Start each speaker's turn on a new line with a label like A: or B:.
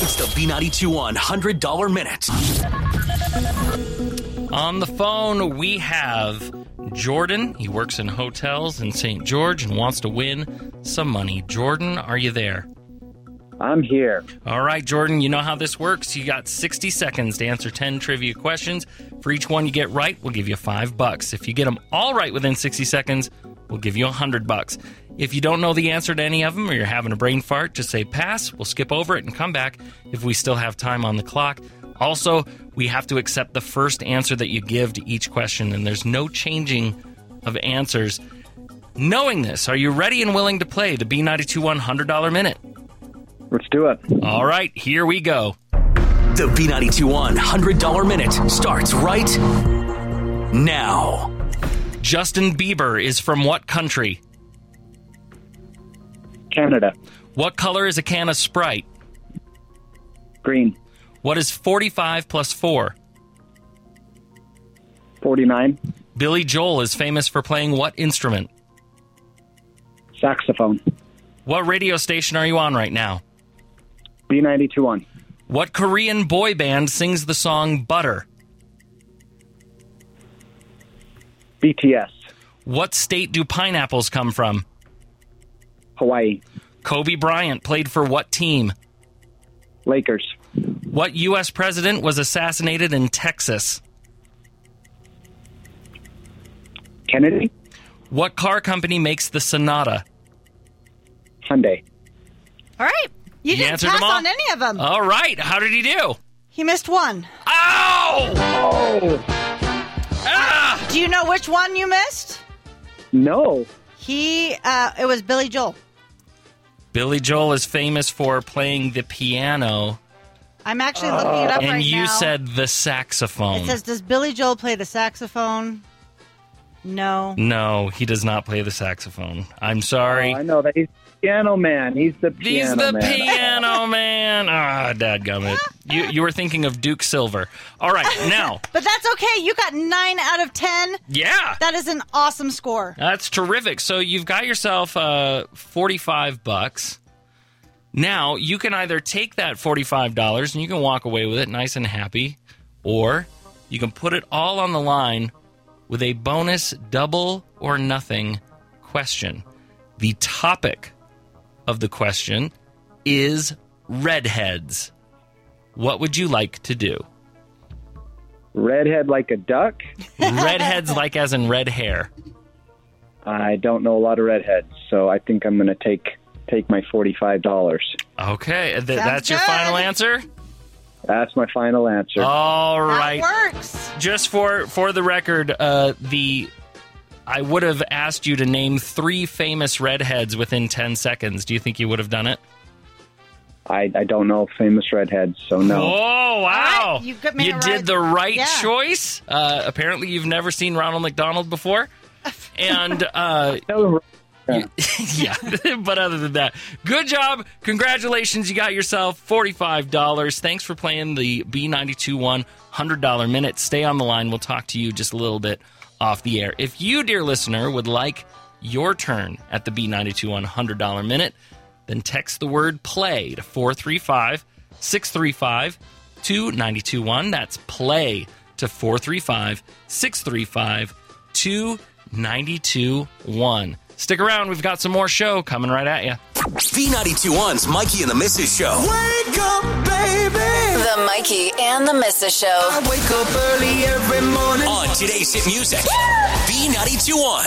A: It's the B92 $100 Minute.
B: On the phone, we have Jordan. He works in hotels in St. George and wants to win some money. Jordan, are you there?
C: I'm here.
B: All right, Jordan, you know how this works. You got 60 seconds to answer 10 trivia questions. For each one you get right, we'll give you 5 bucks. If you get them all right within 60 seconds, we'll give you 100 bucks. If you don't know the answer to any of them or you're having a brain fart, just say pass. We'll skip over it and come back if we still have time on the clock. Also, we have to accept the first answer that you give to each question, and there's no changing of answers. Knowing this, are you ready and willing to play the B92 $100 minute?
C: Let's do it.
B: All right, here we go.
A: The B92 $100 minute starts right now.
B: Justin Bieber is from what country?
C: Canada.
B: What color is a can of Sprite?
C: Green.
B: What is 45 plus 4?
C: 49.
B: Billy Joel is famous for playing what instrument?
C: Saxophone.
B: What radio station are you on right now?
C: B92 on.
B: What Korean boy band sings the song Butter?
C: BTS.
B: What state do pineapples come from?
C: Hawaii.
B: Kobe Bryant played for what team?
C: Lakers.
B: What U.S. president was assassinated in Texas?
C: Kennedy.
B: What car company makes the Sonata?
C: Hyundai.
D: All right. You,
B: You
D: didn't
B: answered
D: pass
B: them all? Uh,
D: on any of them.
B: All right, how did he do?
D: he missed one.
B: Ow!
C: Oh,
B: Ah!
D: Do you know which one you missed?
C: no.
D: He, uh, it was Billy Joel.
B: Billy Joel is famous for playing the piano,
D: I'm actually looking it up
B: Uh, and
D: right
B: you
D: now.
B: said the saxophone.
D: It says, does Billy Joel play the saxophone? No.
B: no, he does not play the saxophone. I'm sorry.
C: Oh, I know that he's the piano man. He's the piano
B: He's the
C: man.
B: piano man. Ah, dadgummit. You you were thinking of Duke Silver. All right, now,
D: But that's okay. You got nine out of ten.
B: yeah,
D: That is an awesome score.
B: that's terrific. So you've got yourself uh, forty five bucks. Now you can either take that forty five dollars and you can walk away with it nice and happy, or you can put it all on the line with a bonus double or nothing question. The topic of the question is redheads. What would you like to do?
C: Redhead like a duck.
B: Redheads, like as in red hair.
C: I don't know a lot of redheads, so I think I'm going to take take my forty-five dollars.
B: Okay, th- that's your
D: good.
B: final answer.
C: That's my final answer.
B: Oh. All
D: That
B: right.
D: works.
B: Just for for the record, uh, the I would have asked you to name three famous redheads within ten seconds. Do you think you would have done it?
C: I, I don't know famous redheads, so no.
B: Oh wow!
D: All right, you got- made it
B: did
D: right.
B: the right
D: Yeah.
B: choice. Uh, apparently, you've never seen Ronald McDonald before, and uh,
C: No,
B: yeah. but other than that, good job. Congratulations. You got yourself $45. Thanks for playing the B92 one $100 minute. Stay on the line. We'll talk to you just a little bit off the air. If you, dear listener, would like your turn at the B92 one $100 minute, then text the word play to 435 635 2921. That's play to 435 635 2921. Stick around, we've got some more show coming right at you.
A: B92 One's Mikey and the Mrs. Show.
E: Wake up, baby.
F: The Mikey and the Mrs. Show.
E: I wake up early every morning.
A: On today's hit music, B92 One.